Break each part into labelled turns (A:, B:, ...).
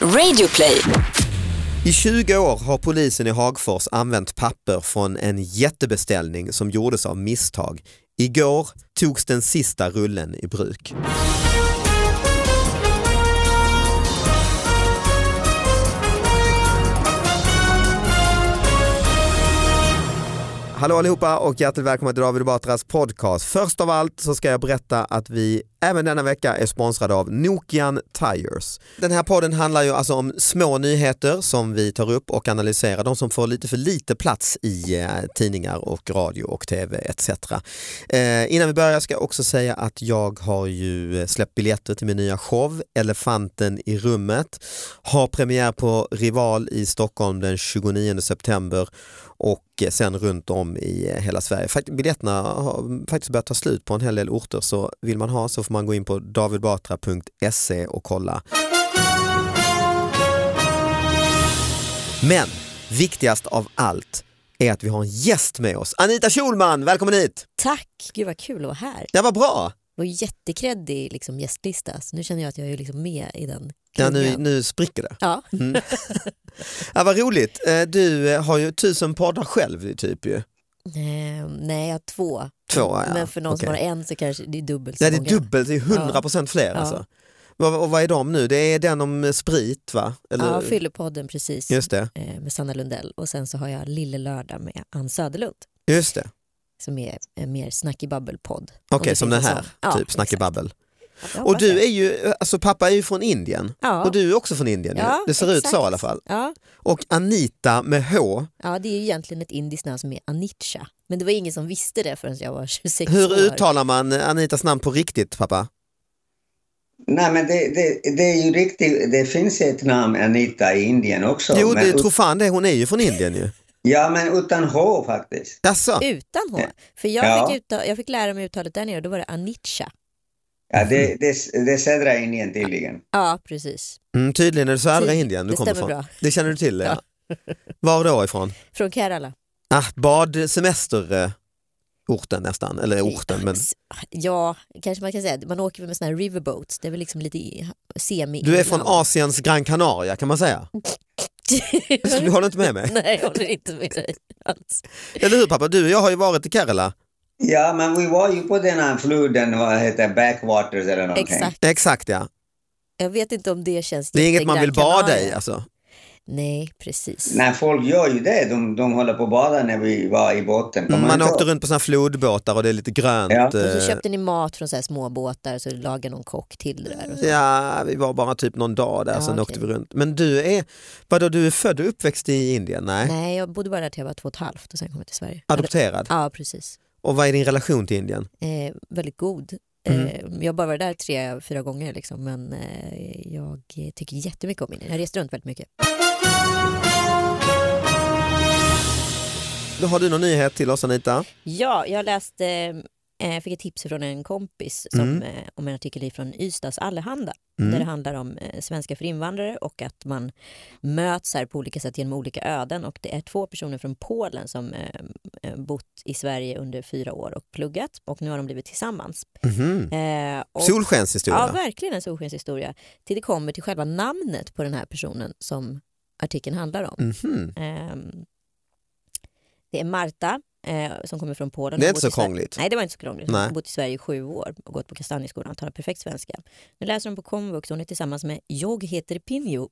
A: Radioplay.
B: I 20 år har polisen i Hagfors använt papper från en jättebeställning som gjordes av misstag. Igår togs den sista rullen i bruk. Hallå allihopa och hjärtligt välkomna till David Batras podcast. Först av allt så ska jag berätta att vi även denna vecka är sponsrade av Nokian Tires. Den här podden handlar ju alltså om små nyheter som vi tar upp och analyserar, de som får lite för lite plats i eh, tidningar och radio och tv etc. Eh, innan vi börjar ska jag också säga att jag har ju eh, släppt biljetter till min nya show Elefanten i rummet, har premiär på Rival i Stockholm den 29 september och eh, sen runt om i eh, hela Sverige. Fakt- Biljetterna har faktiskt börjat ta slut på en hel del orter så vill man ha så får man gå in på davidbatra.se och kolla. Men viktigast av allt är att vi har en gäst med oss. Anita Schulman, välkommen hit!
C: Tack, gud vad kul att vara här.
B: Det var bra!
C: Det var ju jättekreddig liksom, gästlista så nu känner jag att jag är liksom med i den
B: Ja, nu,
C: klungan.
B: nu spricker det.
C: Ja,
B: Mm. ja, vad roligt. Eh, Du eh, har ju tusen poddar själv typ ju.
C: Ehm, nej jag har två.
B: Två, ja.
C: Men för någon som har
B: Okej.
C: en så kanske det är dubbelt så
B: Nej, det är
C: många.
B: dubbelt, det är 100% fler
C: Ja.
B: alltså. Vad- Och vad är de nu? Det är den om eh, sprit va? Eller?
C: Ja, Fyllepodden precis
B: Just det.
C: eh, med Sanna Lundell och sen så har jag Lille Lördag med Ann Söderlund
B: Just det.
C: som är en mer snack i babbel-podd.
B: Okej,
C: Om det
B: som den
C: finns en
B: här,
C: sån. Ja,
B: typ Snacka
C: exakt.
B: babbel.
C: Jag
B: Och
C: hoppas
B: du
C: det.
B: är ju, alltså pappa är ju från Indien.
C: Ja.
B: Och du är också från Indien. ju.
C: Ja,
B: det ser ut
C: exakt.
B: så i alla fall.
C: Ja,
B: Och Anita med H,
C: ja, det är ju egentligen ett indiskt namn som är Anitja. Men det var ingen som visste det förrän jag var 26 år.
B: hur uttalar man eh, Anitas namn på riktigt pappa?
D: Nej, men det, det, det är ju riktigt. Det finns ett namn, Anita, i Indien också.
B: jo,
D: men,
B: det tror fan det, hon är ju från Indien ju.
D: Ja, men utan H faktiskt.
B: Jaså?
C: Utan H. För jag,
D: Ja.
C: fick utta, jag fick lära mig uttalet där nere och då var det Anitja.
D: Ja, det, det, det är södra Indien tydligen.
C: Ja, precis.
B: Mm, tydligen är det södra
C: Tydligt.
B: Indien du
C: Det
B: kommer
C: stämmer
B: ifrån.
C: bra.
B: Det känner du till? Ja. Var då ifrån?
C: Från Kerala.
B: Ah, badsemesterorten nästan, eller orten men
C: Ja, kanske man kan säga. Man åker väl med såna här riverboats. Det är väl liksom lite i- semi
B: du är från Asiens Gran Canaria kan man säga. Alltså, Du håller inte med mig?
C: Nej, jag håller inte med dig alls.
B: Eller hur pappa? Du och jag har ju varit i Kerala.
D: Ja, men vi var ju på den här floden, vad heter backwaters eller någonting.
C: Exakt.
B: Exakt ja.
C: Jag vet inte om det känns
B: Det är inget man
C: jättegrann
B: vill bada
C: Canaria.
B: i alltså.
C: Nej, precis.
D: Nej, folk gör ju det. De, de håller på att bada när vi var i botten. Kommer
B: Man
D: du inte
B: åkte
D: ihåg?
B: runt på såna här flodbåtar och det är lite grönt.
D: Ja.
C: Och så
B: eh,
C: köpte ni mat från så här småbåtar så lagade någon kock till det där. Och så.
B: Ja, vi var bara typ någon dag där,
C: Ja,
B: sen
C: okej.
B: åkte vi runt. Men du är, vadå, du är född och uppväxt i Indien? Nej,
C: Nej, jag bodde bara där till jag var två och ett halvt och sen kom jag till Sverige.
B: adopterad.
C: Ja, precis.
B: Och vad är din relation till Indien?
C: eh, väldigt god. Eh, jag har bara varit där tre, fyra gånger liksom, men eh, jag tycker jättemycket om Indien. Jag har rest runt väldigt mycket.
B: Då har du någon nyhet till oss Anita?
C: Ja, jag läste, eh, fick ett tips från en kompis som, eh, om en artikel från Ystads Allehanda där det handlar om eh, svenska för invandrare och att man möts här på olika sätt genom olika öden och det är två personer från Polen som eh, eh, bott i Sverige under fyra år och pluggat och nu har de blivit tillsammans.
B: Mhm.
C: Eh, och-
B: Solskenshistoria.
C: Ja, verkligen en solskenshistoria. Till det kommer till själva namnet på den här personen som artikeln handlar om.
B: Mhm.
C: Ehm, det är Marta eh, som kommer från Polen.
B: Det är
C: Hon
B: inte
C: bott
B: så
C: i Sverige-
B: krångligt.
C: Nej, det var inte så krångligt.
B: Nej.
C: Hon har bott i Sverige i sju år och gått på Kastanjeskolan och talar perfekt svenska. Nu läser hon på komvux och hon är tillsammans med Jag heter Pinjo.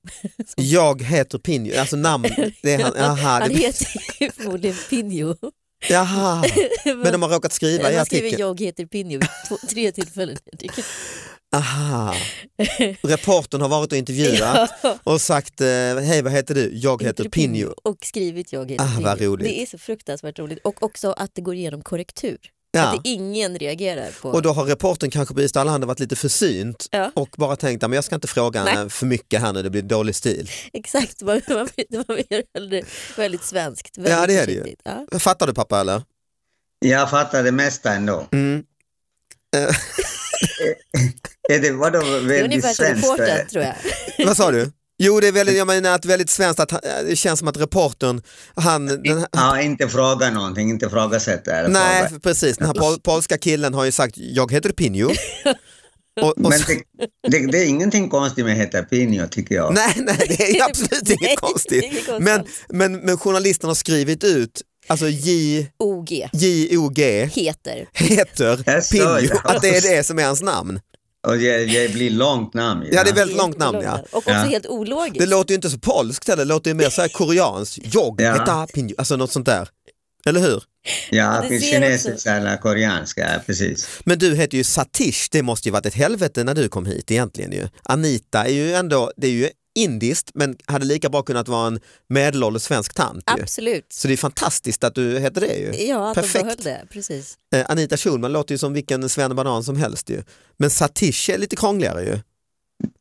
B: Jag heter Pinjo, alltså namn. Det är han, aha,
C: Han
B: det,
C: heter ju förmodligen Pinjo.
B: jaha. Men de har råkat skriva i
C: han skriver
B: artikeln.
C: Jag heter Pinjo vid två, tre tillfällen. i artikeln.
B: Aha. Reportern har varit och intervjuat och sagt eh, hej vad heter du? Jag heter Pinjo.
C: Och skrivit jag heter
B: Ah, vad
C: Pinjo.
B: roligt.
C: Det är så fruktansvärt roligt. Och också att det går igenom korrektur.
B: Ja.
C: Att det ingen reagerar på.
B: Ah. Och då har reportern kanske på Ystad Allehanda varit lite försynt
C: Ja.
B: och bara tänkt att jag ska inte fråga
C: Nej.
B: henne för mycket här nu, det blir dålig stil.
C: Exakt, man, man, man gör hellre väldigt svenskt. Väldigt
B: Ja, det är det ju.
C: försiktigt. Ja.
B: Fattar du pappa eller?
D: Jag fattar det mesta ändå.
B: Mm.
D: Är det, vadå,
C: Det är
D: väldigt
C: ungefär som
D: svenskt? eh.
C: reportern tror jag.
B: Vad sa du? Jo, det är väldigt, jag menar att väldigt svenskt att han- det känns som att reportern, han, den,
D: Ja, inte fråga någonting, inte frågasätta. eller
B: Nej,
D: fråga.
B: precis. Den här pol polska killen har ju sagt jag heter Pinjo. Och, och
D: Men
B: så,
D: det, det, det är ingenting konstigt med Heta Pinjo tycker jag.
B: nej, nej, det är absolut
C: Nej,
B: inget
C: det är
B: konstigt.
C: inget konstigt
B: Men,
C: alls.
B: men, men journalisten har skrivit ut, alltså J,
C: OG
B: J-O-G
C: heter.
B: heter
D: Jag sa
B: Pinjo,
D: ja.
B: att det är det som är hans namn.
D: Och det, det blir långt namn ju.
B: Ja, det är väl-
D: väl...
B: Väldigt långt namn, ja.
C: Och också
D: Ja.
C: helt ologiskt.
B: Det låter ju inte så polskt heller, det låter ju mer så här koreanskt. Jag
D: Ja.
B: heter Pinjo, alltså något sånt där. Eller hur?
D: Ja,
C: det
D: finns
C: ser också-
D: kinesiska eller koreanska, ja, precis.
B: Men du heter ju Satish, det måste ju varit ett helvete när du kom hit egentligen ju. Anita är ju ändå, det är ju indiskt men hade lika bra kunnat vara en medelålders svensk tant ju.
C: Absolut.
B: Så det är fantastiskt att du heter det ju.
C: Ja, att de
B: Perfekt.
C: behöll det. Precis.
B: Eh, Anita Schulman låter ju som vilken svennebanan som helst ju. Men Satish är lite krångligare ju.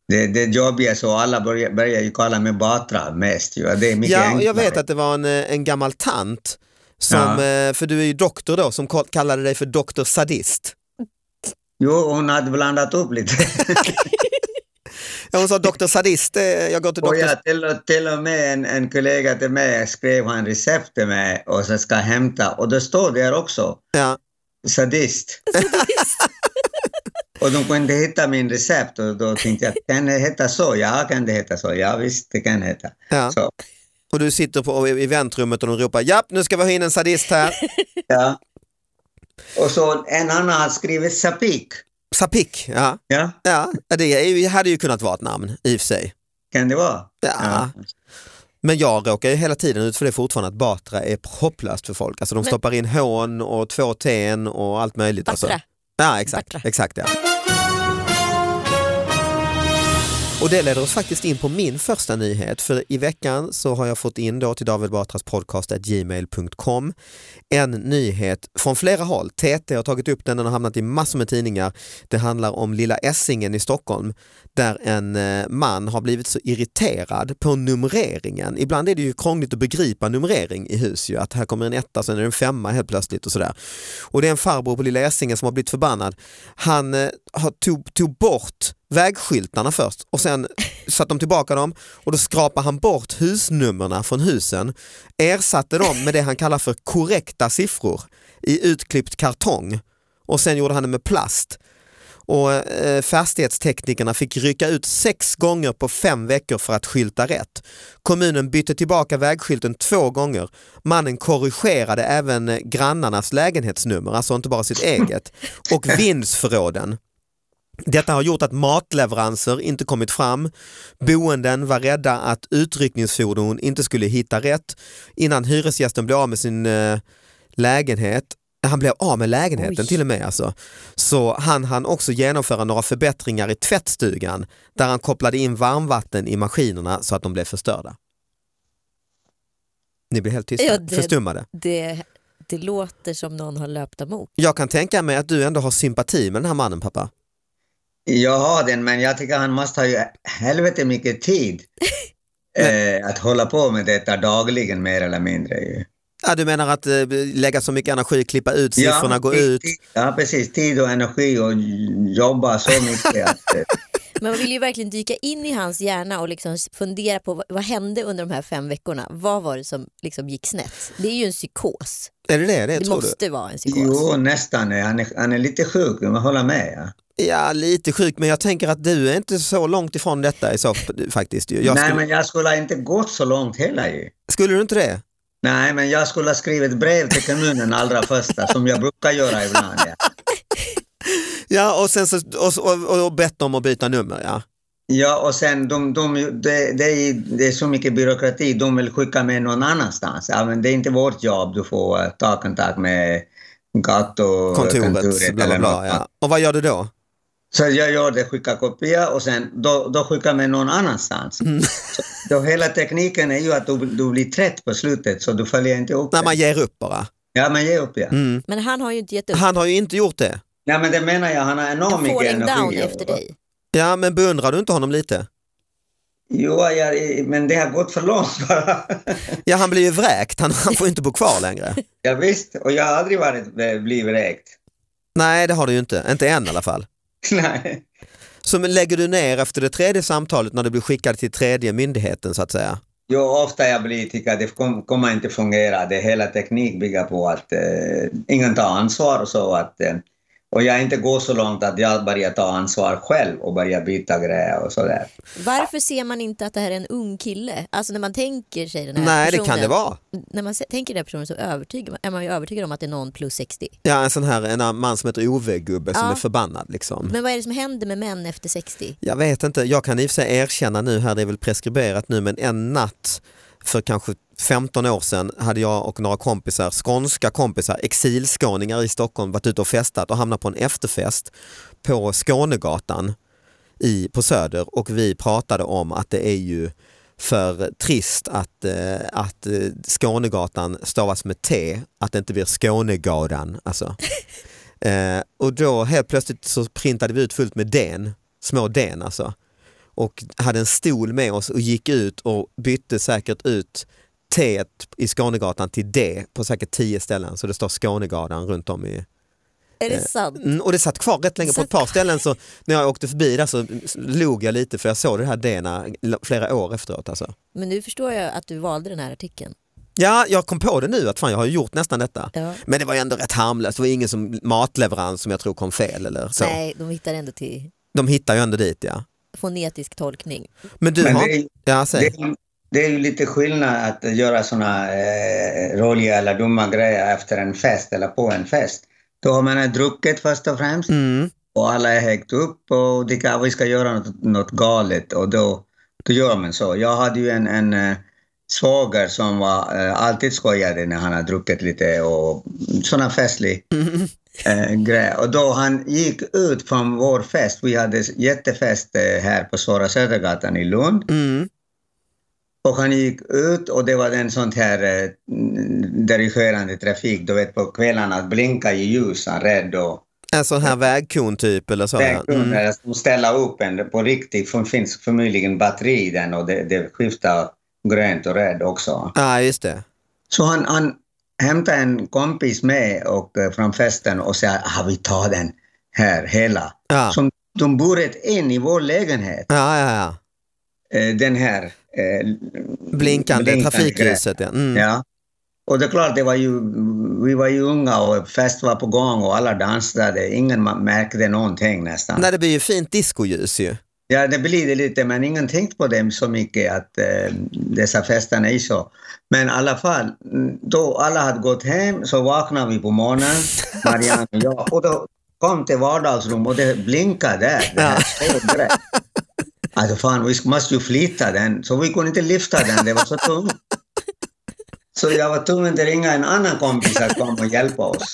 D: Det, det jobbiga är så alla börjar, börjar ju kalla mig Batra mest ju. och Det är mycket
B: Ja, och jag
D: enklare.
B: vet att det var en, eh, en gammal tant som,
D: Ja.
B: eh, för du är ju doktor då, som kall- kallade dig för doktor sadist.
D: Jo, hon hade blandat upp lite.
B: Ja, Hon sa doktor sadist, eh, jag går till
D: Och
B: doktor...
D: ja, till, och- till och med en, en kollega till mig skrev han recept till mig och så ska jag hämta och det står där också,
B: Ja.
D: sadist. och de kunde inte hitta min recept och då tänkte jag, kan det heta så? Ja, kan det heta så? Ja, visst, det kan heta.
B: Ja.
D: Så,
B: Och du sitter på, i väntrummet och de ropar japp nu ska vi ha in en sadist här.
D: ja. Och så en annan har skrivit sapik.
B: Sapik, ja.
D: Ja,
B: ja. Det är ju, hade ju kunnat vara ett namn i och för sig.
D: kan det vara?
B: Ja. Men jag råkar ju hela tiden ut för det fortfarande att Batra är hopplöst för folk. Alltså de
C: Men-
B: stoppar in hån och två tn och allt möjligt. Alltså.
C: Batra.
B: Ja, exakt.
C: Batra.
B: exakt ja. Och det leder oss faktiskt in på min första nyhet. För i veckan så har jag fått in då till David Batras podcast at gmail.com en nyhet från flera håll. TT har tagit upp den, den har hamnat i massor med tidningar. Det handlar om Lilla Essingen i Stockholm där en eh, man har blivit så irriterad på numreringen. Ibland är det ju krångligt att begripa numrering i hus ju, att här kommer en etta, sen är det en femma helt plötsligt och sådär. Och det är en farbror på Lilla Essingen som har blivit förbannad. Han eh, har tog, tog bort vägskyltarna först och sen satte de tillbaka dem och då skrapade han bort husnummerna från husen, ersatte dem med det han kallar för korrekta siffror i utklippt kartong och sen gjorde han det med plast. Och eh, fastighetsteknikerna fick rycka ut sex gånger på fem veckor för att skylta rätt. Kommunen bytte tillbaka vägskylten två gånger. Mannen korrigerade även eh, grannarnas lägenhetsnummer, alltså inte bara sitt eget, och vindsförråden. Detta har gjort att matleveranser inte kommit fram. Boenden var rädda att utryckningsfordon inte skulle hitta rätt innan hyresgästen blev av med sin eh, lägenhet. Han blev av med lägenheten
C: Oj.
B: till och med alltså. Så han hann också genomföra några förbättringar i tvättstugan där han kopplade in varmvatten i maskinerna så att de blev förstörda. Ni blir helt tysta,
C: Ja, det-
B: förstummade.
C: Det, det låter som någon har löpt amok.
B: Jag kan tänka mig att du ändå har sympati med den här mannen pappa.
D: Jag har den, men jag tycker han måste ha ju helvete mycket tid eh, att hålla på med detta dagligen mer eller mindre. Ju.
B: Ja, du menar att eh, lägga så mycket energi, klippa ut siffrorna, gå
D: tid-
B: ut.
D: tid- Ja, precis. Tid och energi och jobba så mycket. Att, eh,
C: Men man vill ju verkligen dyka in i hans hjärna och liksom fundera på vad, vad hände under de här fem veckorna. Vad var det som liksom gick snett? Det är ju en psykos.
B: Är det det? Det,
C: Det
B: tror
C: måste vara en psykos.
D: jo, nästan. eh, Han är, han är lite sjuk, jag håller med. Ja.
B: du? Ja, lite sjuk, men jag tänker att du är inte så långt ifrån detta i så f- faktiskt. ju. Jag
D: Nej,
B: skulle,
D: men jag skulle inte gått så långt heller ju.
B: skulle du inte det?
D: Nej, men jag skulle ha skrivit brev till kommunen allra första, som jag brukar göra ibland. Ja,
B: Ja, och sen så, och, och, och bett dem att byta nummer, ja.
D: ja och sen, de, de, det, det, är, det är så mycket byråkrati, de vill skicka mig någon annanstans. Ja, men det är inte vårt jobb, du får eh, ta kontakt med
B: Kontoret,
D: gatukontoret
B: bla bla
D: eller
B: bla.
D: något.
B: Ja. Och vad gör du då?
D: Så jag gör det, skickar kopia och sen då, då skickar man någon annanstans.
B: Mm.
D: Så, då hela tekniken är ju att du, du blir trött på slutet så du följer inte upp
B: När man
D: det.
B: ger upp bara.
D: Ja, man ger upp ja.
B: Mm.
C: Men han har ju inte gett upp.
B: Han har ju inte gjort det.
D: Nej men det menar jag, han har enormt
C: Han
D: mycket
C: falling down
D: energi.
C: efter dig.
B: Ja, men beundrar du inte honom lite?
D: Jo, jag, men det har gått för långt bara.
B: Ja, han blir ju vräkt. Han, han får ju inte bo kvar längre.
D: ja, visst, och jag har aldrig varit, eh, blivit vräkt.
B: Nej, det har du ju inte. Inte än i alla fall.
D: Nej.
B: Så men lägger du ner efter det tredje samtalet när du blir skickad till tredje myndigheten så att säga?
D: Jo, ofta jag blir tycker att det kom, kommer inte fungera. Det hela teknik bygger på att eh, ingen tar ansvar och så att eh, Och jag inte går så långt att jag börjar ta ansvar själv och börjar byta grejer och sådär.
C: Varför ser man inte att det här är en ung kille? Alltså när man tänker sig den här
B: Nej, det
C: personen.
B: kan det vara.
C: När man se- tänker den här personen så övertygar man, är man ju övertygad om att det är någon plus 60.
B: Ja, en sån här en man som heter Ove-gubbe som
C: Ja.
B: är förbannad liksom.
C: Men vad är det som händer med män efter 60?
B: Jag vet inte, jag kan i och för sig erkänna nu här, det är väl preskriberat nu, men en natt för kanske 15 år sedan hade jag och några kompisar, skånska kompisar, exilskåningar i Stockholm, varit ute och festat och hamnat på en efterfest på Skånegatan i, på Söder och vi pratade om att det är ju för trist att, eh, att eh, Skånegatan stavas med T, att det inte blir Skånegadan. Alltså. Eh, och då helt plötsligt så printade vi ut fullt med den, små den alltså. Och hade en stol med oss och gick ut och bytte säkert ut T i Skånegatan till D på säkert tio ställen så det står Skånegatan runt om i
C: Är det sant?
B: Mm, och det satt kvar rätt länge på ett
C: Satt
B: par ställen så när jag åkte förbi där så log jag lite för jag såg det här DNA flera år efteråt. Alltså.
C: Men nu förstår jag att du valde den här artikeln.
B: Ja, jag kom på det nu att fan jag har ju gjort nästan detta.
C: Ja.
B: Men det var ju ändå rätt harmlöst, det var ingen som matleverans som jag tror kom fel eller så.
C: Nej, de hittar ändå till
B: De hittar ju ändå dit ja.
C: fonetisk tolkning.
B: Men du
D: Men
B: har...
D: det är-
B: Ja, säg.
D: Det, det är ju lite skillnad att göra såna eh, roliga eller dumma grejer efter en fest eller på en fest. Då har man druckit först och främst
B: Mm.
D: och alla är högt upp och de kan, vi ska göra något, något galet och då, då gör man så. Jag hade ju en, en eh, svåger som var, eh, alltid skojade när han hade druckit lite och sådana festlig eh, grej. Och då han gick ut från vår fest, vi hade jättefest eh, här på Stora Södergatan i Lund.
B: Mm.
D: Och han gick ut och det var den sånt här eh, dirigerande trafik, du vet på kvällarna, att blinka i ljusen, rädd och
B: En sån här vägkon typ eller så. ja.
D: vägkunder
B: Mm.
D: som ställa upp en på riktigt, för det finns förmodligen batteri i den och det, det skiftar grönt och röd också.
B: Ja, just det.
D: Så han, han hämtade en kompis med och, eh, från festen och sa ah, vi tar den här hela.
B: Ja,
D: Som de burit in i vår lägenhet,
B: ja, ja. ja.
D: eh, den här eh,
B: Blinkande,
D: grej.
B: trafikljuset ja. Mm.
D: Ja. Och det är klart, det var ju, vi var ju unga och fest var på gång och alla dansade. Ingen ma- märkte någonting nästan.
B: Nej, det blir ju fint discoljus ju.
D: Ja, det blir det lite, men ingen tänkte på det så mycket att eh, dessa festerna är så. Men i alla fall, mm, då alla hade gått hem så vaknade vi på morgonen, Marianne och jag, och då kom till vardagsrum och det blinkade där. Det här stora. Alltså fan, vi måste ju flytta den, så vi kunde inte lyfta den, det var så tungt. Så jag var tvungen att ringa en annan kompis att komma och hjälpa oss.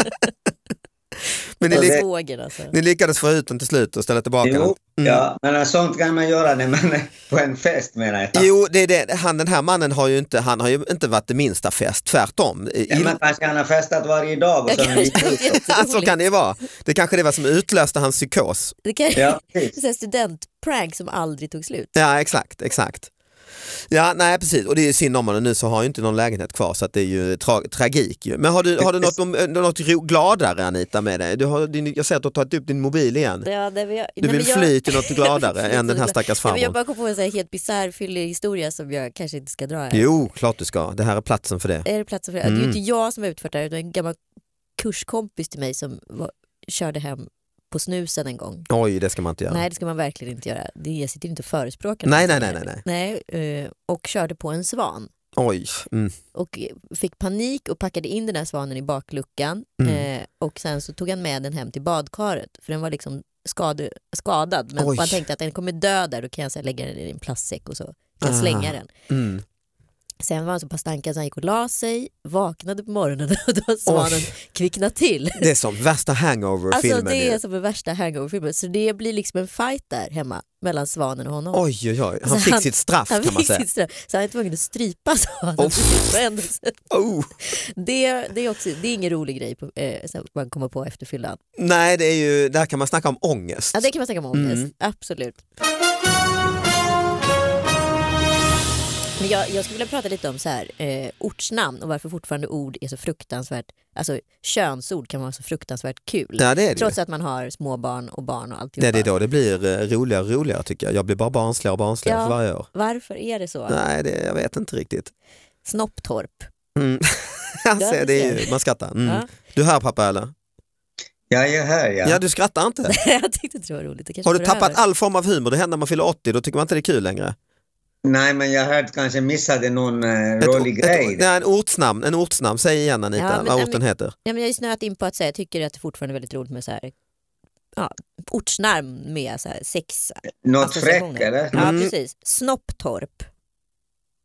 B: Men ni,
C: Och
B: lyck-
C: svågen alltså.
B: ni lyckades få ut den till slut och ställa tillbaka den.
D: Jo, ja, men sånt kan man göra när man är på en fest menar jag.
B: Jo, det är det. Han, den här mannen har ju inte, han har ju inte varit det minsta fest, tvärtom. I-
D: Ja, men kanske han har festat varje dag och så har han gick ut.
B: Ja, så kan det ju vara. Det kanske det var som utlöste hans psykos.
C: Det kan
D: Ja,
C: Det
D: precis.
C: är en studentprank som aldrig tog slut.
B: Ja, exakt, exakt. Ja, nej precis. Och det är ju synd om honom. Nu så har han ju inte någon lägenhet kvar så att det är ju tra- tragik. Ju. Men har du, har du något, om- eh, något ro- gladare Anita med dig? Du har, din, jag ser att du har tagit upp din mobil igen.
C: Ja, nej, men jag,
B: Du
C: nej,
B: vill
C: men jag-
B: fly till något
C: Jag vill
B: gladare
C: fly
B: än den här
C: till-
B: stackars
C: Nej, men jag
B: farbrorn.
C: bara kom på en sån här helt bisarr fyllig historia som jag kanske inte ska dra här.
B: Jo, Mm. klart du ska. Det här är platsen för det.
C: Är det platsen för det? Det är ju inte jag som har utfört det här utan en gammal kurskompis till mig som var, körde hem på snusen en gång.
B: Oj, det ska man inte göra.
C: Nej det ska man verkligen inte göra. Det, jag sitter ju inte och förespråkar
B: Nej,
C: något.
B: nej, nej, nej,
C: nej eh, och körde på en svan
B: Oj. Mm.
C: och fick panik och packade in den här svanen i bakluckan
B: Mm.
C: eh, och sen så tog han med den hem till badkaret för den var liksom skade, skadad men
B: Oj.
C: man tänkte att den kommer dö där då kan jag så här lägga den i en plastsäck och så kan
B: Ah.
C: jag slänga den.
B: Mm.
C: Sen var han så pass tankad så han gick och la sig, vaknade på morgonen och då har svanen
B: Oj.
C: kvicknat till.
B: Det är som värsta hangover-filmen.
C: Alltså det
B: ju.
C: är som den värsta hangover-filmen så det blir liksom en fight där hemma mellan svanen och honom.
B: Oj, oj, oj. Han
C: Så
B: fick
C: Alltså, han-
B: sitt straff
C: Han
B: kan man
C: fick
B: säga.
C: sitt straff, så han är tvungen att strypa svanen.
B: Oh.
C: på händelsen.
B: Oh.
C: Det, det, är också, det är ingen rolig grej på, eh, som man kommer på efter fyllan.
B: Nej, det är ju, där kan man snacka om ångest.
C: Ja, det kan man snacka om ångest,
B: Mm.
C: absolut. Men jag, jag skulle vilja prata lite om så här, eh, ortsnamn och varför fortfarande ord är så fruktansvärt, alltså könsord kan vara så fruktansvärt kul.
B: Ja, det är det ju.
C: Trots att man har små barn och barn och alltihopa.
B: Nej, det är då det blir eh, roligare och roligare tycker jag. Jag blir bara barnsligare och barnsligare
C: Ja.
B: för varje år.
C: Varför är det så?
B: Nej, det, jag vet inte riktigt.
C: Snopptorp.
B: Alltså,
C: Ja, du
B: det är
C: ser.
B: ju, man skrattar. Mm.
C: Ja.
B: Du hör pappa eller?
D: Ja, jag är här ja.
B: Ja, du skrattar inte.
C: jag tyckte det var roligt. Det kanske
B: Har du
C: går
B: tappat
C: över.
B: all form av humor? Det händer när man fyller 80, då tycker man inte det är kul längre.
D: Nej, men jag hörde kanske missade någon eh, rolig
B: ett,
D: grej.
B: ett, nej, en ortsnamn, en ortsnamn, säg igen Anita
C: Ja, men-
B: vad
C: nej,
B: orten
C: men-
B: heter.
C: Ja, men jag har ju snöat in på att säga, jag tycker att det fortfarande är väldigt roligt med så här, ja, ortsnamn med så här sex
B: alltså,
D: Något
C: associationer.
D: fräck eller?
C: Alltså, Ja,
B: Mm.
C: precis. Snopptorp.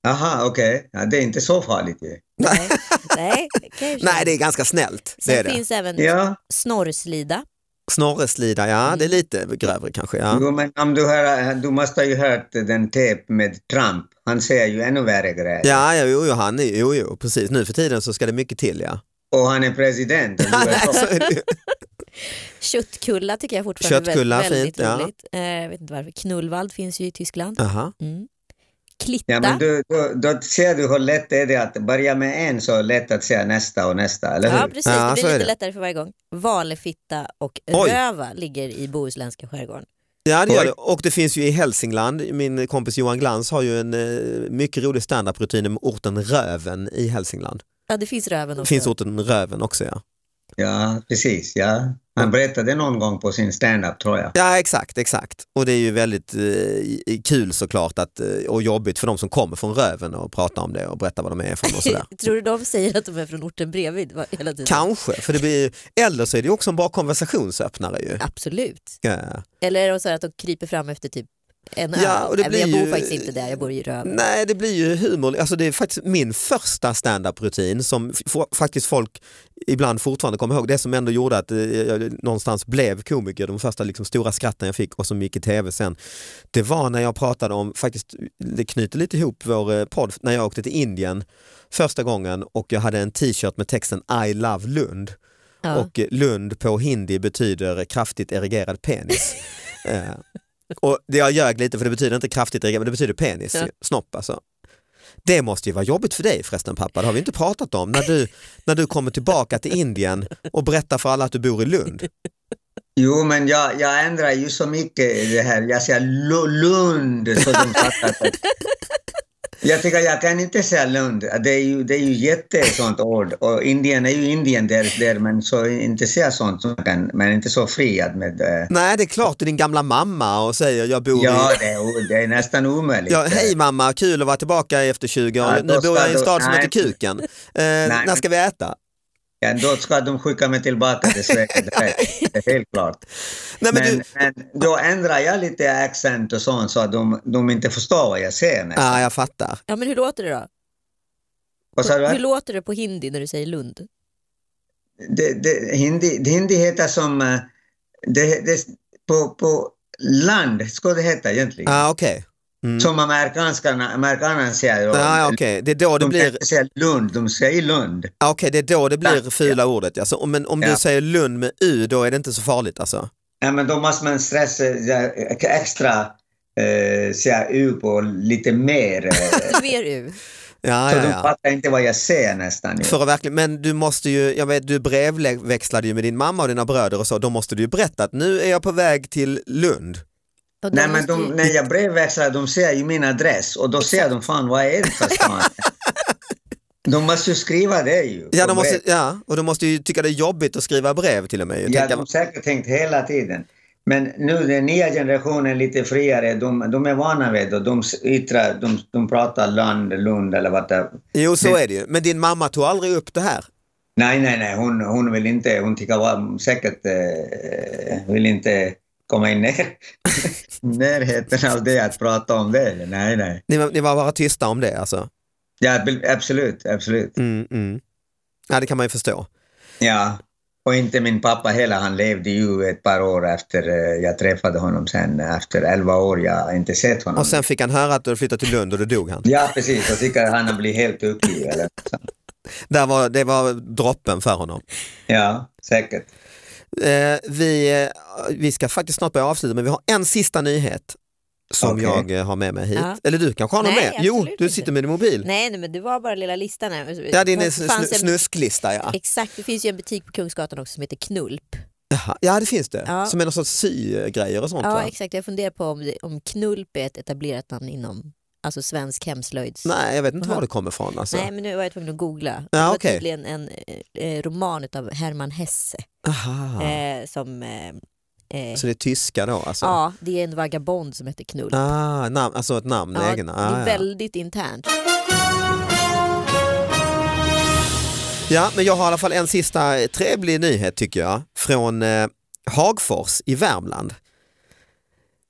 D: Aha, okej. Ja, det är inte så farligt
B: Mm.
D: ju.
C: Nej, nej, kanske.
B: Nej, det är ganska snällt. Det
C: Sen
B: är det.
C: finns även
D: Ja,
C: Snorrslida.
B: Snorreslida, ja
C: Mm.
B: det är lite grövre kanske. Ja.
D: jo, men om du, hör, eh, du måste ju hört den tep med Trump. Han säger ju ännu värre grejer.
B: Ja, ja, jo, jo, han är, jo, jo, precis. Nu för tiden så ska det mycket till, ja.
D: Och han är president. och du är
B: Nej,
D: så.
B: så är det ju.
C: Köttkulla tycker jag fortfarande
B: Köttkulla,
C: är väldigt,
B: fint, ja.
C: väldigt roligt. Eh, jag vet inte varför. Knullvald finns ju i Tyskland.
B: Aha.
C: Mm. Klitta.
D: Ja, men du, du, då ser du hur lätt det är det att börja med en så är det lätt att säga nästa och nästa, eller hur?
C: Ja, precis.
B: Ja,
C: det
B: så är
C: blir lite
B: det.
C: lättare för varje gång. Valfitta och
B: Oj.
C: röva ligger i bohuslänska skärgården.
B: Ja det gör
D: Oj.
B: det. Och det finns ju i Hälsingland, min kompis Johan Glans har ju en eh, mycket rolig standup-rutin med orten Röven i Hälsingland.
C: Ja, det finns röven också.
B: Finns orten Röven också ja.
D: Ja, precis. Ja. Han berättade någon gång på sin stand-up tror jag.
B: Ja exakt, exakt. Och det är ju väldigt eh, i- kul såklart att, eh, och jobbigt för de som kommer från Röven och pratar om det och berättar vad de är från och sådär.
C: Tror du de säger att de är från orten bredvid va- hela tiden?
B: Kanske, för det blir, eller så är det ju också en bra konversationsöppnare ju.
C: Absolut.
B: Ja.
C: Eller är det så här att de kryper fram efter typ en
B: Ja,
C: öl?
B: och det
C: Nej,
B: blir
C: men jag bor
B: ju-
C: faktiskt inte där, jag bor i röven.
B: Nej, det blir ju humor. Alltså, det är faktiskt min första standup-rutin som f- f- faktiskt folk ibland fortfarande kommer ihåg. Det som ändå gjorde att eh, jag någonstans blev komiker, de första liksom, stora skratten jag fick och som gick i tv sen, det var när jag pratade om, faktiskt, det knyter lite ihop vår eh, podd, när jag åkte till Indien första gången och jag hade en t-shirt med texten I love Lund.
C: Ja.
B: Och eh, Lund på hindi betyder kraftigt erigerad penis. eh, och det jag ljög lite för det betyder inte kraftigt erigerad, men det betyder penis,
C: Ja.
B: snopp alltså. Det måste ju vara jobbigt för dig förresten pappa, det har vi inte pratat om. När du, när du kommer tillbaka till Indien och berättar för alla att du bor i Lund.
D: Jo, men jag, jag ändrar ju så mycket i det här. Jag säger Lu- Lund så de fattar. det. Jag tycker jag kan inte säga Lund. Det är ju, det är ju jätte sånt ord. Och Indien är ju Indien där, där men så inte säga sånt. som man kan, men inte så friad med... eh,
B: Nej det är klart, det är din gamla mamma och säger jag bor
D: Ja,
B: i...
D: det är, det är nästan omöjligt.
B: Ja, hej mamma, kul att vara tillbaka efter 20 år.
D: Ja,
B: nu
D: då
B: bor jag i en
D: ska
B: stad
D: du-
B: som
D: nej.
B: heter Kuken. Eh, när
D: men-
B: ska vi äta?
D: Ja, då ska de skicka mig tillbaka till Sverige. Det är, det är helt klart.
B: Nej, men
D: men,
B: du...
D: men då ändrar jag lite accent och sånt så att de, de inte förstår vad jag säger. nu.
B: Ja, Ah, jag fattar.
C: ja, men hur låter det då?
D: Vad sa
C: Hur
D: du?
C: låter det på hindi när du säger Lund?
D: Det, det, hindi, det hindi heter som... eh, Det, det, på, på land ska det heta egentligen.
B: Ah, Okej, Mm.
D: Som amerikanskarna, amerikanerna säger.
B: ah, ja, okej. det är då det
D: De
B: blir
D: blir... säger Lund, de säger Lund.
B: Ja, Okej, det är då det blir
D: Ja.
B: fula ordet. Alltså, om- men om du
D: Ja.
B: säger Lund med U, då är det inte så farligt alltså?
D: Ja, men då måste man stressa ja, extra, eh, säga U på lite mer. eh,
C: Mer U.
B: Ah, Ja,
D: Så
B: ja,
D: de
B: ja.
D: fattar inte vad jag säger nästan.
B: För att verkligen, men du måste ju, jag vet du brevväxlade ju med din mamma och dina bröder och så, då måste du ju berätta att nu är jag på väg till Lund.
C: Och de
D: Nej, men
C: måste
D: de,
C: ju-
D: när jag brevväxlar, de ser ju min adress och då ser de fan vad är det för stan? de måste ju skriva det ju.
B: Ja,
D: på
B: de måste,
D: brev.
B: ja och de måste ju tycka det är jobbigt att skriva brev till och med. Jag
D: ja, de
B: tänker-
D: har säkert tänkt hela tiden. Men nu den nya generationen är lite friare, de, de är vana vid det. De s- yttrar, de, de pratar land, Lund eller vad det
B: jo, så är det ju. Men din mamma tog aldrig upp det här.
D: Nej, nej, nej, hon, hon vill inte, hon tycker var, säkert eh, vill inte komma i när, närheten av det, att prata om det. Nej, nej.
B: Ni, var- ni var bara tysta om det alltså?
D: Ja, absolut, absolut.
B: Mm, mm. Ja, det kan man ju förstå.
D: Ja, och inte min pappa heller. Han levde ju ett par år efter eh, jag träffade honom sen. Efter 11 år jag har inte sett honom.
B: Och sen fick han höra att du hade flyttat till Lund och då dog han.
D: Ja, precis. Jag tycker att han har blivit helt uppgiven. eller så.
B: Där var, det var droppen för honom.
D: Ja, säkert.
B: Eh, vi, eh, vi ska faktiskt snart börja avsluta men vi har en sista nyhet som
D: Okej.
B: jag eh, har med mig hit.
C: Ja.
B: Eller du kanske har någon
C: Nej,
B: med? Jo,
C: absolut
B: du
C: inte.
B: sitter med din mobil.
C: Nej, nej, men det var bara lilla listan här. Alltså,
B: Ja, din är
C: Det
B: sn-
C: fanns
B: sn-
C: en-
B: snusklista ja.
C: Exakt, det finns ju en butik på Kungsgatan också som heter Knulp.
B: Jaha, Ja det finns det,
C: Ja.
B: som är någon sorts sygrejer och sånt
C: Ja,
B: va?
C: exakt. Jag funderar på om, det, om Knulp är ett etablerat namn inom alltså svensk hemslöjds...
B: Nej jag vet inte
C: Aha.
B: var det kommer ifrån alltså.
C: Nej, men nu var jag tvungen att googla.
B: Ja,
C: det var
B: okej.
C: tydligen en eh, eh, roman av Herman Hesse.
B: Aha.
C: Eh, som, eh, eh,
B: Så det är tyska då alltså?
C: ja, det är en vagabond som heter Knull.
B: Ah, namn, alltså ett namn,
C: Ja,
B: egna.
C: det är
B: Ah, ja.
C: väldigt internt.
B: ja, men jag har i alla fall en sista trevlig nyhet tycker jag. Från eh, Hagfors i Värmland.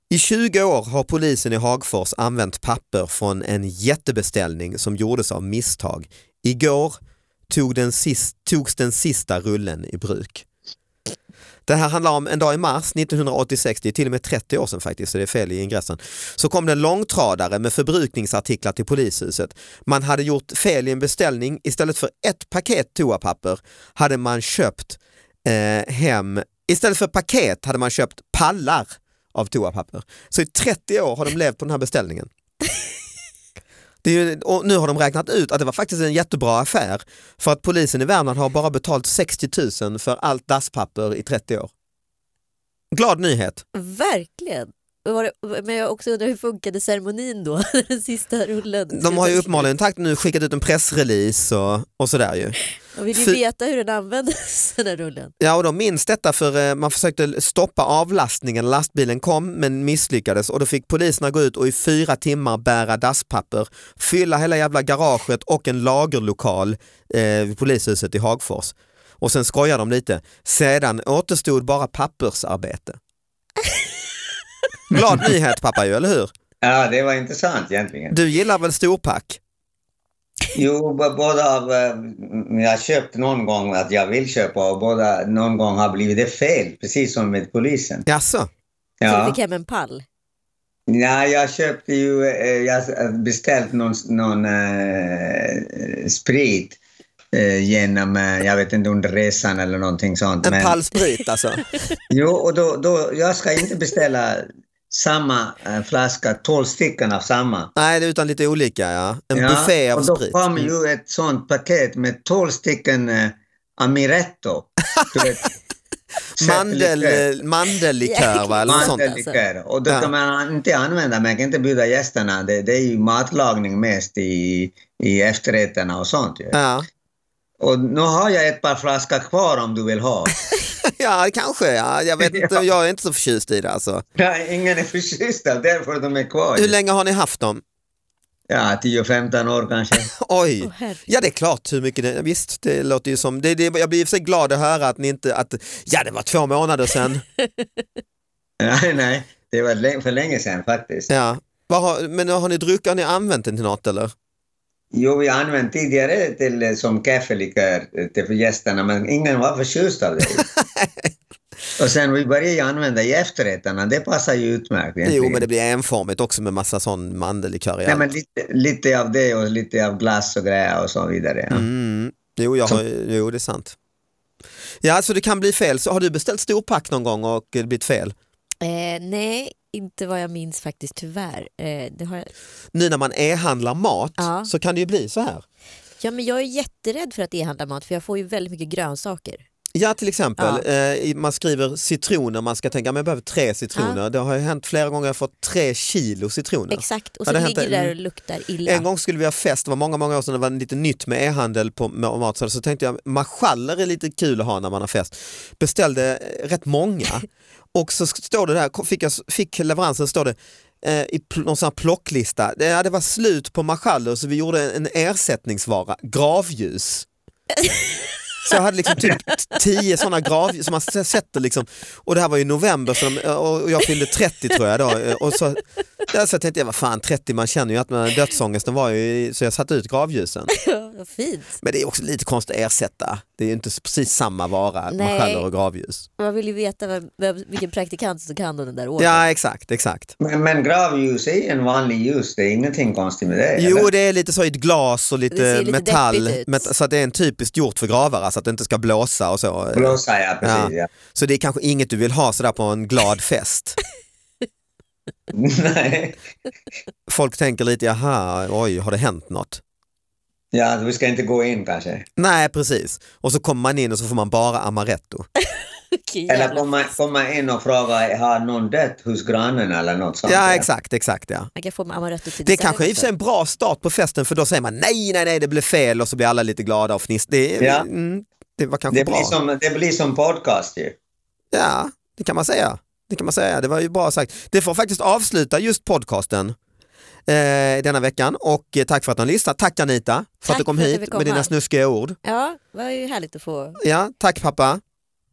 B: I 20 år har polisen i Hagfors använt papper från en jättebeställning som gjordes av misstag. Igår tog den sist, togs den sista rullen i bruk. Det här handlar om en dag i mars 1986, det är till och med 30 år sedan faktiskt, så det är fel i ingressen. Så kom det en långtradare med förbrukningsartiklar till polishuset. Man hade gjort fel i en beställning. Istället för ett paket toapapper hade man köpt eh, hem, istället för paket hade man köpt pallar av toapapper. Så i 30 år har de levt på den här beställningen. Det är ju, och nu har de räknat ut att det var faktiskt en jättebra affär för att polisen i Värmland har bara betalt 60 000 för allt dasspapper i 30 år. Glad nyhet.
C: Verkligen. Var det, men jag också undrar hur funkade ceremonin då? Den sista rullen.
B: De har ju uppenbarligen takt nu skickat ut en pressrelease och, och sådär ju.
C: Och vi vill
B: Fy-
C: veta hur den användes, den där rullen.
B: Ja, och de minns detta för eh, man försökte stoppa avlastningen, lastbilen kom men misslyckades och då fick poliserna gå ut och i fyra timmar bära dasspapper, fylla hela jävla garaget och en lagerlokal eh, vid polishuset i Hagfors. Och sen skojar de lite. Sedan återstod bara pappersarbete. Glad nyhet pappa ju, eller hur?
D: Ja, det var intressant egentligen.
B: Du gillar väl storpack?
D: Jo, b- båda av, eh, jag har köpt någon gång att jag vill köpa och båda någon gång har blivit det fel, precis som med polisen.
B: Jaså?
C: Så du
D: Ja.
C: fick hem en pall.
D: Nej, jag köpte ju, eh, jag har beställt någon, någon eh, sprit eh, genom, eh, jag vet inte, under resan eller någonting sånt.
B: En
D: men-
B: pall sprit alltså?
D: Jo, och då, då, jag ska inte beställa samma eh, flaska, 12 stycken av samma.
B: Nej, det är utan lite olika ja. En
D: Ja,
B: buffé av
D: och då
B: sprit.
D: kom ju ett sånt paket med 12 stycken eh, Amiretto. Du vet,
B: Mandel, eh,
D: köttlikör.
B: mandellikör va? Eller något sånt.
C: Mandel.
D: Mandellikör. Och det
B: Ja.
D: kan man inte använda, man kan inte bjuda gästerna. Det, det är ju matlagning mest i, i efterrätterna och sånt. Ju.
B: Ja.
D: Och nu har jag ett par flaskor kvar om du vill ha.
B: ja, kanske. Ja. Jag vet inte, jag är inte så förtjust i det alltså.
D: Nej, ingen är förtjust av därför de är kvar.
B: Hur länge har ni haft dem?
D: Ja, 10-15 år kanske.
C: Åh,
B: Oj.
C: herregud.
B: Ja det är klart hur mycket det, visst det låter ju som, det, det, jag blir i och för sig glad att höra att ni inte, att ja det var två månader sedan.
D: Nej, nej. Det var lä- för länge sedan faktiskt.
B: Ja. Vad har, men har ni druckit, har ni använt den till något eller?
D: Jo, vi har använt tidigare till, eh, som kaffelikör eh, till gästerna, men ingen var förtjust av det. Och sen vi började ju använda i efterrätterna, det passar ju utmärkt
B: Jo
D: egentligen.
B: men det blir enformigt också med massa sån mandellikör i
D: Nej,
B: allt.
D: men lite, lite av det och lite av glass och grejer och så vidare. Ja.
B: Mm. Jo, jag har, jo det är sant. Ja så det kan bli fel, så har du beställt storpack någon gång och det blivit fel?
C: Eh, nej, inte vad jag minns faktiskt tyvärr. Eh, det har jag...
B: nu när man e-handlar mat
C: Ja.
B: så kan det ju bli så här.
C: Ja, men jag är jätterädd för att e-handla mat för jag får ju väldigt mycket grönsaker.
B: Ja till exempel, eh, man skriver citroner, man ska tänka men jag behöver tre citroner. Det har ju hänt flera gånger, jag har fått tre kilo citroner.
C: Exakt, och så
B: Ja, det har
C: ligger det
B: hänt en-
C: där och luktar illa.
B: En gång skulle vi ha fest, det var många, många år sedan det var lite nytt med e-handel på med mat, så så tänkte jag marschaller är lite kul att ha när man har fest. Beställde eh, rätt många och så står det där, fick, jag, fick leveransen, står det eh, i pl- någon sån här plocklista, det, ja, det var slut på marschaller så vi gjorde en ersättningsvara, gravljus. Så jag hade liksom typ t- tio sådana gravljus som man s- sätter liksom. Och det här var ju i november så de, eh, och jag fyllde 30 tror jag då. eh, Och så, ja, så jag tänkte jag, vad fan 30, man känner ju att man dödsångesten var ju, så jag satte ut gravljusen.
C: Vad fint.
B: Men det är också lite konstigt att ersätta, det är ju inte precis samma vara,
C: Nej.
B: marschaller och gravljus.
C: Man vill ju veta vem, vem, vilken praktikant som kan den där ordern.
B: Ja exakt, exakt.
D: Men, men gravljus är ju en vanlig ljus, det är ingenting konstigt med det.
B: Jo
D: eller?
B: det är lite så i ett glas och
C: Det ser
B: lite
C: lite
B: metall,
C: deppigt ut.
B: met- så att det är en typiskt gjort för gravare, så att det inte ska blåsa och så.
D: Blåsa, ja precis. Ja.
B: Så det är kanske inget du vill ha sådär på en glad fest.
D: Nej.
B: folk tänker lite, jaha, oj, har det hänt något?
D: ja, vi ska inte gå in kanske.
B: Nej, precis. Och så kommer man in och så får man bara amaretto.
C: Vilken
D: Eller
C: jävla-
D: komma, komma in och fråga, har någon dött hos grannen eller något sånt?
B: Ja, exakt, exakt ja.
C: Man kan få med amaretto till
B: Det är
C: dessert
B: kanske i och för sig
C: också.
B: en bra start på festen för då säger man nej, nej, nej, det blev fel och så blir alla lite glada och fniss. Det är,
D: Ja.
B: mm, Det var kanske
D: Det
B: bra.
D: blir, som, det blir som podcast ju.
B: Ja, det kan man säga. Det kan man säga, det var ju bra sagt. Det får faktiskt avsluta just podcasten eh, denna veckan och eh, tack för att ni har lyssnat. Tack Anita för att
C: Tack
B: du kom
C: för att jag
B: hit
C: fick
B: med dina
C: komma.
B: snuskiga ord.
C: Ja, det var ju härligt att få.
B: Ja, tack pappa.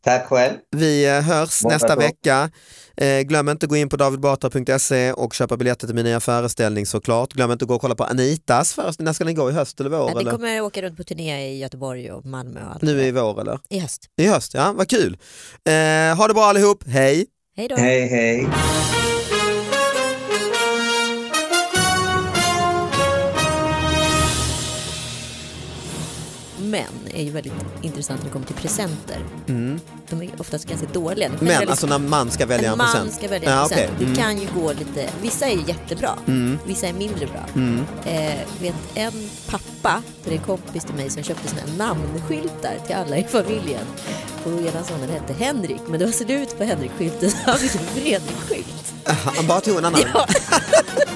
D: Tack själv.
B: Vi eh, hörs
D: Måndag
B: nästa
D: då.
B: vecka. Eh, glöm inte att gå in på davidbatra.se och köpa biljetter till min nya föreställning såklart. Glöm inte att gå och kolla på Anitas föreställning. När ska den gå? I höst eller vår?
C: Ja, vi
B: eller?
C: kommer åka runt på turné i Göteborg och Malmö och allt.
B: Nu
C: det
B: i
C: där.
B: vår eller?
C: I höst.
B: I höst, ja vad kul. Eh, ha det bra allihop, hej!
C: Hej då.
D: Hej, hej.
C: Män är ju väldigt intressant när det kommer till presenter. De är oftast ganska dåliga. Det är
B: Mm. Men
C: väldigt-
B: alltså när man ska välja
C: en man
B: present.
C: ska välja en
B: Ja,
C: present.
B: okej. Mm.
C: Det kan ju gå lite, vissa är ju jättebra, vissa är mindre bra.
B: Mm.
C: Eh, vet en pappa till en kompis till mig som köpte såna här namnskyltar till alla i familjen. Och ena sonen hette Henrik, men det var slut på Henrik-skylten så han fick en Fredrik-skylt.
B: Han bara tog en annan.
C: Ja.